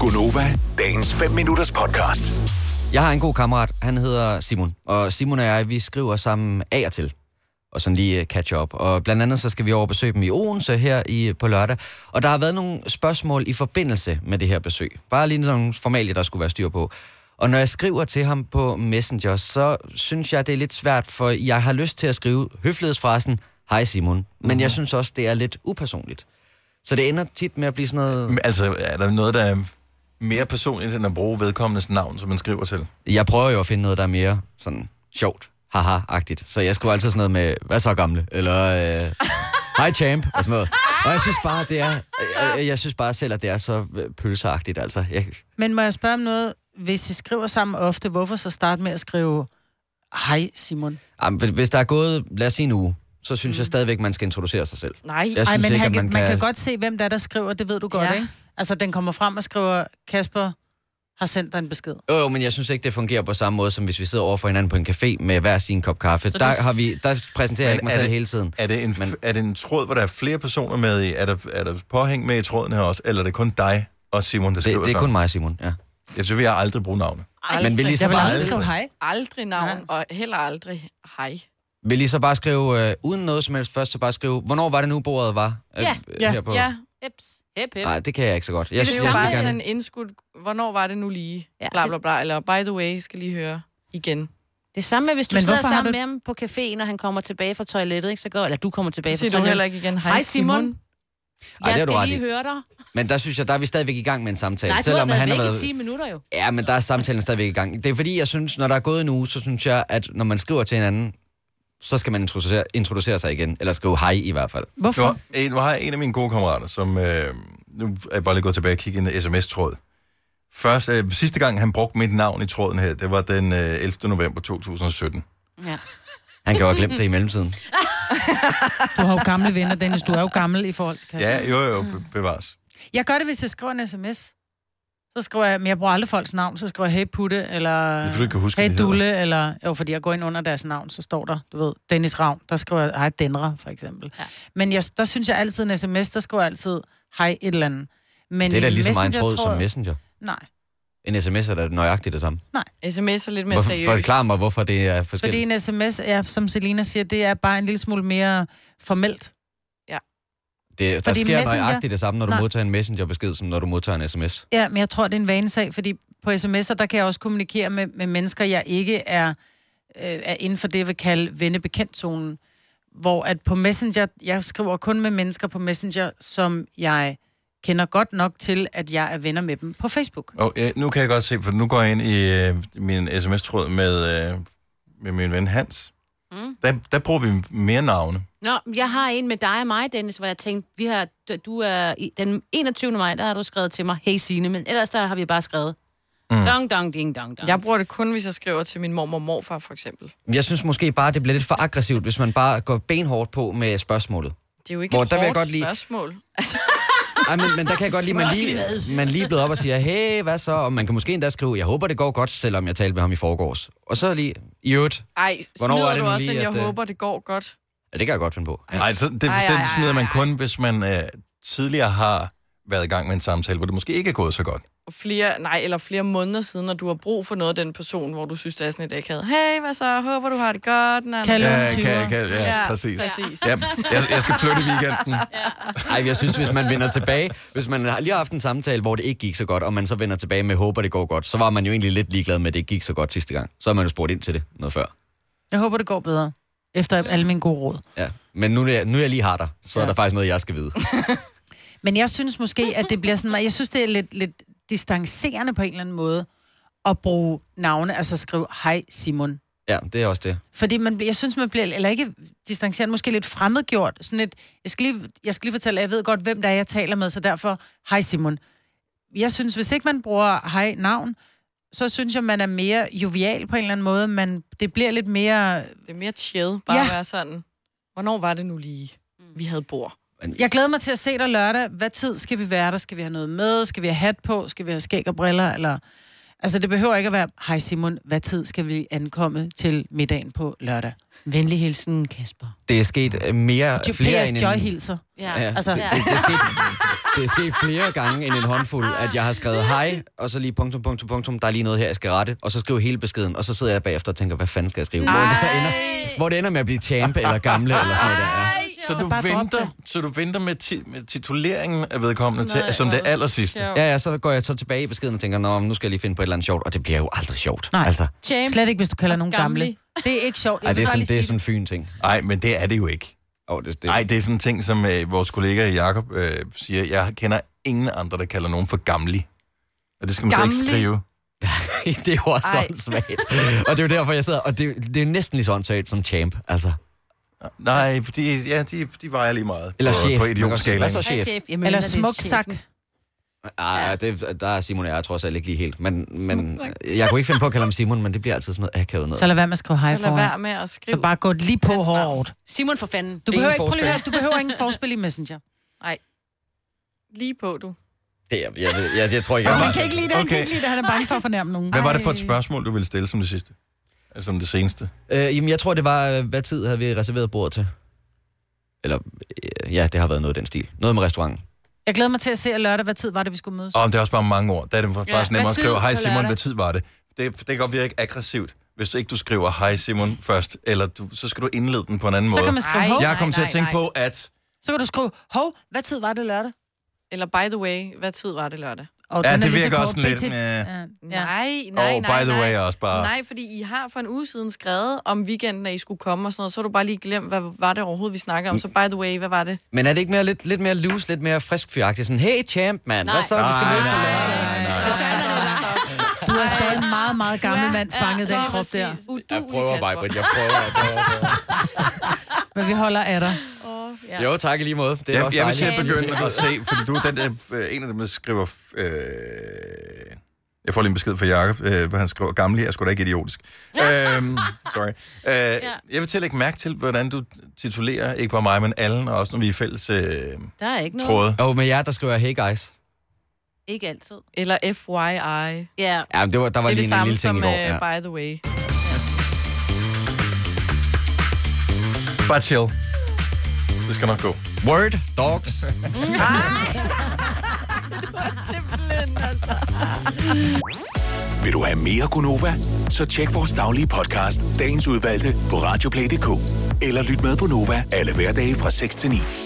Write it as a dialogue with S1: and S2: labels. S1: Gunova, dagens 5 minutters podcast.
S2: Jeg har en god kammerat, han hedder Simon, og Simon og jeg, vi skriver sammen af og til, og sådan lige øh, catch up. Og blandt andet så skal vi over og besøge dem i Odense her i, på lørdag, og der har været nogle spørgsmål i forbindelse med det her besøg. Bare lige nogle formalier, der skulle være styr på. Og når jeg skriver til ham på Messenger, så synes jeg, det er lidt svært, for jeg har lyst til at skrive høflighedsfrasen, hej Simon, men jeg synes også, det er lidt upersonligt. Så det ender tit med at blive sådan noget...
S3: Men Altså, er der noget, der er mere personligt, end at bruge vedkommendes navn, som man skriver til?
S2: jeg prøver jo at finde noget, der er mere sådan sjovt, haha-agtigt. Så jeg skriver altid sådan noget med, hvad så gamle? Eller, øh, hej champ, og sådan noget. Og jeg synes bare, det er, øh, øh, jeg synes bare selv, at det er så øh, pølseagtigt, altså. Jeg,
S4: Men må jeg spørge om noget? Hvis I skriver sammen ofte, hvorfor så starte med at skrive, hej Simon?
S2: jamen, hvis- hvis der er gået, lad os sige en uge, så synes mm. jeg stadigvæk, man skal introducere sig selv.
S5: Nej.
S2: Jeg
S5: Jeg...
S2: synes
S4: Ej, men
S2: ikke,
S4: han,
S2: at man,
S4: man, man kan godt se, hvem der er, der skriver, det ved du godt,
S5: Ja.
S4: ja. ikke? Altså, den kommer frem og skriver, Kasper har sendt dig en besked.
S2: Jo, jo, men jeg synes ikke, det fungerer på samme måde, som hvis vi sidder over for hinanden på en café med hver sin kop kaffe.
S5: du-
S2: Der, har vi, der præsenterer jeg
S3: Men
S2: ikke mig
S3: er
S2: selv
S3: det-
S2: hele tiden.
S3: Er det, en,
S2: Men-
S3: Men... er det en tråd, hvor der er flere personer med i? Er der, er der påhæng med i tråden her også? Eller er det kun dig og Simon, der skriver
S2: Det, det er kun
S3: sammen?
S2: mig, Simon. Ja.
S3: Jeg synes, vi har aldrig brugt navne.
S2: Men vil I så
S4: Jeg vil
S2: bare
S4: aldrig skrive hej.
S5: Aldrig navn, og heller aldrig hej.
S2: Vil I så bare skrive, øh, uden noget som helst først, så bare skrive, hvornår var det nu, bordet var? Øh,
S5: Ja,
S2: øh,
S4: ja,
S2: herpå?
S5: Ja. Heps. Hep, hep.
S2: Nej, det kan jeg ikke så godt. Jeg
S5: det
S2: synes,
S5: er jo
S2: jeg
S5: bare
S2: vil
S5: sådan
S2: gerne...
S5: en indskud, hvornår var det nu lige?
S6: Ja.
S5: Ja. Bla, bla, bla. Eller by the way, skal lige høre igen.
S6: Det er samme med, hvis du
S4: Men
S6: Men sidder
S4: hvorfor har
S6: sammen du...
S4: du-
S6: med ham på caféen, og han kommer tilbage fra toilettet, ikke? Så går, eller du kommer tilbage fra
S5: Siger du
S6: toilettet.
S5: heller ikke igen, hej
S6: Hej,
S5: Simon.
S6: Simon.
S5: Simon.
S2: Ej, det
S6: jeg
S2: har du
S6: skal
S2: ret
S6: lige
S2: i.
S6: høre dig.
S2: Men der synes jeg, der er vi stadigvæk i gang med en samtale.
S6: Nej, du har
S2: selvom
S6: været
S2: han
S6: væk
S2: har
S6: i 10 minutter jo.
S2: Ja, men der er samtalen stadigvæk i gang. Det er fordi, jeg synes, når der er gået en uge, så synes jeg, at når man skriver til hinanden, så skal man introducere, introducere sig igen. Eller skrive hej i hvert fald.
S4: Hvorfor?
S3: Nu har, en, nu har jeg en af mine gode kammerater, som... Øh, nu er jeg bare lige gået tilbage og kigge i en sms-tråd. Først, øh, sidste gang, han brugte mit navn i tråden her, det var den øh, 11. november 2017.
S6: Ja.
S2: Han kan jo have glemt det i mellemtiden.
S4: Du har jo gamle venner, Dennis. Du er jo gammel i forhold til Kasper.
S3: Ja, jo, jo, be- bevares.
S4: Jeg gør det, hvis jeg skriver en sms. Så skriver jeg, men jeg bruger aldrig folks navn, så skriver jeg, hey Putte, eller
S3: Det er, fordi du ikke kan huske,
S4: hey
S3: hvad de hedder.
S4: Dulle, eller, jo, fordi jeg går ind under deres navn, så står der, du ved, Dennis Ravn, der skriver jeg, hej Denra, for eksempel. Ja. Men jeg, der synes jeg altid, en sms, der skriver jeg altid, hej et eller andet. Men
S2: Det er da
S4: i
S2: lige så meget en
S4: Messenger,
S2: tråd
S4: tror
S2: som
S4: jeg-
S2: Messenger.
S4: Nej,
S2: En sms er da nøjagtigt det samme.
S5: Sms er lidt mere
S2: Hvorfor,
S5: seriøst.
S2: forklar mig, hvorfor det er
S4: fordi
S2: forskelligt.
S4: en sms, er, som Selina siger, det er bare en lille smule mere formelt.
S2: Det, der
S4: fordi
S2: sker
S4: Messenger-
S2: nøjagtigt det samme, når du
S4: Nej.
S2: modtager en messengerbesked, som når du modtager en sms.
S4: Ja, men jeg tror, det er en vanesag, fordi på sms'er, der kan jeg også kommunikere med, med mennesker, jeg ikke er, øh, er inden for det, jeg vil kalde vennebekendt-zonen. Hvor at på Messenger, jeg skriver kun med mennesker på Messenger, som jeg kender godt nok til, at jeg er venner med dem på Facebook.
S3: Og øh, nu kan jeg godt se, for nu går jeg ind i øh, min sms-tråd med, øh, med min ven Hans. Mm. Der, der bruger vi mere navne.
S6: Nå, jeg har en med dig og mig, Dennis, hvor jeg tænkte, vi har, du er, i- den 21. maj, der har du skrevet til mig, hey Signe, men ellers der har vi bare skrevet, mm. dong, dong, ding, dong, dong.
S5: Jeg bruger det kun, hvis jeg skriver til min mormor og morfar, for eksempel.
S2: Jeg synes måske bare, det bliver lidt for aggressivt, hvis man bare går benhårdt på med spørgsmålet.
S5: Det er jo ikke
S2: Hvor
S5: et
S2: der vil jeg
S5: hårdt
S2: godt lide-
S5: spørgsmål.
S2: Ej, men, men der kan jeg godt lide, man lige, man lige blevet op og siger, hey, hvad så? Og man kan måske endda skrive, jeg håber, det går godt, selvom jeg talte med ham i forgårs. Og så lige, i øvrigt,
S5: Ej,
S2: Hvornår er
S5: smider
S2: det
S5: du
S2: nu
S5: også,
S2: lige,
S5: at jeg
S2: at, øh,
S5: håber, det går godt.
S2: ja, det kan jeg godt finde på. Ja.
S3: Nej, så det, ej,
S5: Ej,
S3: den
S5: ej, ej,
S3: smider man
S5: ej,
S3: kun, hvis man øh, tidligere har været i gang med en samtale, hvor det måske ikke er gået så godt.
S5: Flere, nej, eller flere måneder siden, når du har brug for noget af den person, hvor du synes, det er sådan et akavet. Hey, hvad så? Håber, du har det godt. Na, na.
S4: Kan Ja,
S3: Ja, kan, kan, ja,
S5: Ja,
S3: præcis.
S5: præcis.
S3: Ja, jeg, jeg skal flytte i weekenden.
S2: Ej, jeg synes, hvis man vender tilbage, hvis man har lige har haft en samtale, hvor det ikke gik så godt, og man så vender tilbage med, håber, det går godt, så var man jo egentlig lidt ligeglad med, at det ikke gik så godt sidste gang. Så har man jo spurgt ind til det noget før.
S4: Jeg håber, det går bedre, efter alle mine gode råd.
S2: Ja. Men nu, er jeg- nu er jeg lige har dig, så ja. er der faktisk noget, jeg skal vide.
S4: Men jeg synes måske, at det bliver sådan meget... Jeg synes, det er lidt, lidt distancerende på en eller anden måde at bruge navne, altså skrive, hej Simon.
S2: Ja, det er også det.
S4: Fordi man, jeg synes, man bliver, eller ikke distanceret, måske lidt fremmedgjort. Sådan et, jeg, skal lige, jeg skal lige fortælle, at jeg ved godt, hvem der er, jeg taler med, så derfor, hej Simon. Jeg synes, hvis ikke man bruger hej navn, så synes jeg, man er mere jovial på en eller anden måde, men det bliver lidt mere...
S5: Det er mere chill, bare ja. at
S4: Ja.
S5: være sådan. Hvornår var det nu lige,
S2: Mm.
S5: vi havde bord?
S4: Jeg glæder mig til at se dig lørdag. Hvad tid skal vi være der? Skal vi have noget med? Skal vi have hat på? Skal vi have skæg og briller? Eller... Altså, det behøver ikke at være, hej Simon, hvad tid skal vi ankomme til middagen på lørdag?
S6: Venlig hilsen, Kasper.
S2: Det er sket øh, mere...
S4: Jo,
S2: flere end
S4: P.S.
S2: en-
S4: Joy hilser.
S2: Ja,
S6: Ja.
S2: altså,
S4: altså-
S2: det, det, det, er sket, Det er sket flere gange end en håndfuld, at jeg har skrevet hej, og så lige punktum, punktum, punktum, der er lige noget her, jeg skal rette, og så skrive hele beskeden, og så sidder jeg bagefter og tænker, hvad fanden skal jeg skrive? Hvor det, så ender, hvor det ender med at blive champ eller gamle eller sådan noget der. Ja.
S3: Så, du
S4: bare drop
S3: venter,
S4: det.
S3: så du venter med, ti, med tituleringen af vedkommende til, som det aller sidste.
S2: Ja, ja, så går jeg så tilbage i beskeden og tænker, Nå, men nu skal jeg lige finde på et eller andet sjovt, og det bliver jo aldrig sjovt.
S4: Nej.
S2: Altså,
S6: Champ.
S4: Slet ikke, hvis du kalder nogen
S6: Gamle.
S4: gamle. Det er ikke sjovt. Jeg
S2: ej, det er
S4: vil bare
S2: sådan,
S4: lige
S2: det er
S4: sige
S2: sådan en fyn ting.
S3: Nej, men det er det jo ikke.
S2: Oh, det, det,
S3: Nej, det er sådan en ting, som øh, vores kollega Jakob øh, siger. Jeg kender ingen andre, der kalder nogen for gamli. Og det skal man slet ikke
S5: Gamli?
S3: skrive.
S2: det er jo også
S5: Ej.
S2: sådan svagt. Og det er jo derfor, jeg sidder, og det, det er næsten lige sådan svagt som champ, altså.
S3: Nej, fordi ja, de, de vejer lige meget
S2: Eller
S3: på,
S2: chef.
S3: på
S2: Man kan også sige,
S3: idiotskalaen.
S2: Hvad så chef?
S6: Jamen,
S4: Eller smuk sak.
S2: Ej, Ah, det, der er Simon og jeg trods alt ikke lige helt. Men, men jeg kunne ikke finde på at kalde ham Simon, men det bliver altid sådan noget akavet noget.
S4: Så lad være med at skrive hej
S5: Så lad
S4: for
S5: være med at skrive.
S4: Så bare gå lige på
S5: Hans navn.
S4: hårdt.
S6: Simon for fanden.
S4: Du
S2: Ingen
S4: behøver, ikke, prøv lige
S2: forspil.
S4: at høre, du behøver ingen forspil i Messenger.
S5: Lige på, du.
S2: Det, er- jeg, ved- jeg, jeg tror ikke, jeg
S3: Hvad
S4: Han kan ikke lide det, han kan
S3: Okay.
S4: ikke lide det. Han er bange for at fornærme nogen.
S3: Hvad var det for et spørgsmål, du ville stille som det sidste? Altså som det seneste?
S2: Øh, jamen, jeg tror, det var, øh, hvad tid havde vi reserveret bordet til? Eller, øh, ja, det har været noget af den stil. Noget med restauranten.
S4: Jeg glæder mig til at se at lørdag, hvad tid var det, vi skulle mødes.
S3: Åh, oh, det er også bare mange ord. Der er det faktisk
S5: Hvad
S3: nemmere at
S5: tid
S3: skrive, hej
S5: på
S3: Simon,
S5: lørdag?"
S3: hvad tid var det? det? Det kan godt virke aggressivt, hvis du ikke du skriver, hej Simon først, eller du, så skal du indlede den på en anden
S4: Så
S3: måde.
S4: kan man skrive,
S5: Ej.
S4: hov,
S5: Ja.
S3: Jeg kom
S5: Nej,
S3: til at
S5: nej,
S3: tænke
S5: nej.
S3: på, at
S4: så kan du skrive, hov, hvad tid var det lørdag?
S5: Eller by the way, hvad tid var det lørdag?
S4: Og
S3: Ja,
S4: den er
S3: det
S4: lige så
S3: virker
S4: kort,
S3: også sådan lidt,
S4: BT.
S3: ja.
S4: Ja. Ja.
S5: Nej, nej,
S3: Og
S5: nej,
S3: by the
S5: nej.
S3: way er også bare-
S5: Nej, fordi I har for en uge siden skrevet om weekenden, at I skulle komme og sådan noget, så har du bare lige glemt, hvad var det overhovedet, vi snakker om. Så by the way, hvad var det?
S2: Men er det ikke mere, lidt, lidt mere loose, lidt mere frisk fyragtigt? Sådan, hey champ, mand, hvad så, vi skal mødes på lørdag?
S4: Du er stadig en meget, meget gammel mand fanget i den krop der.
S5: Udulig, Kasper.
S2: jeg prøver, jeg prøver.
S4: Men vi holder af dig.
S2: Ja. Jo, tak i lige måde. Det er
S3: jeg,
S2: også
S3: jeg vil til
S2: dejligt.
S3: at begynde at se, fordi du er den der, øh, en af dem, der skriver... Øh, jeg får lige en besked fra Jacob, øh, hvor han skriver, gamle er sgu da ikke idiotisk. øhm, sorry. Øh, Jeg vil til at lægge mærke til, hvordan du titulerer, ikke bare mig, men alle, og også når vi er i fælles øh,
S6: Der er ikke noget.
S3: tråde.
S2: Jo, med jer, der skriver jeg, hey guys.
S6: Ikke altid.
S5: Eller FYI.
S6: Ja.
S2: Ja, men det var, der var
S5: Det
S2: lige
S5: er det
S2: en, en
S5: samme
S2: lille
S5: som
S2: ting i
S5: uh,
S2: går. Ja.
S5: by the way.
S3: Bare chill. Det skal nok gå.
S2: Word, dogs.
S1: Vil du have mere Gunova? Så tjek vores daglige podcast, dagens udvalgte, på radioplay.dk. Eller lyt med på Nova alle hverdage fra 6 til 9.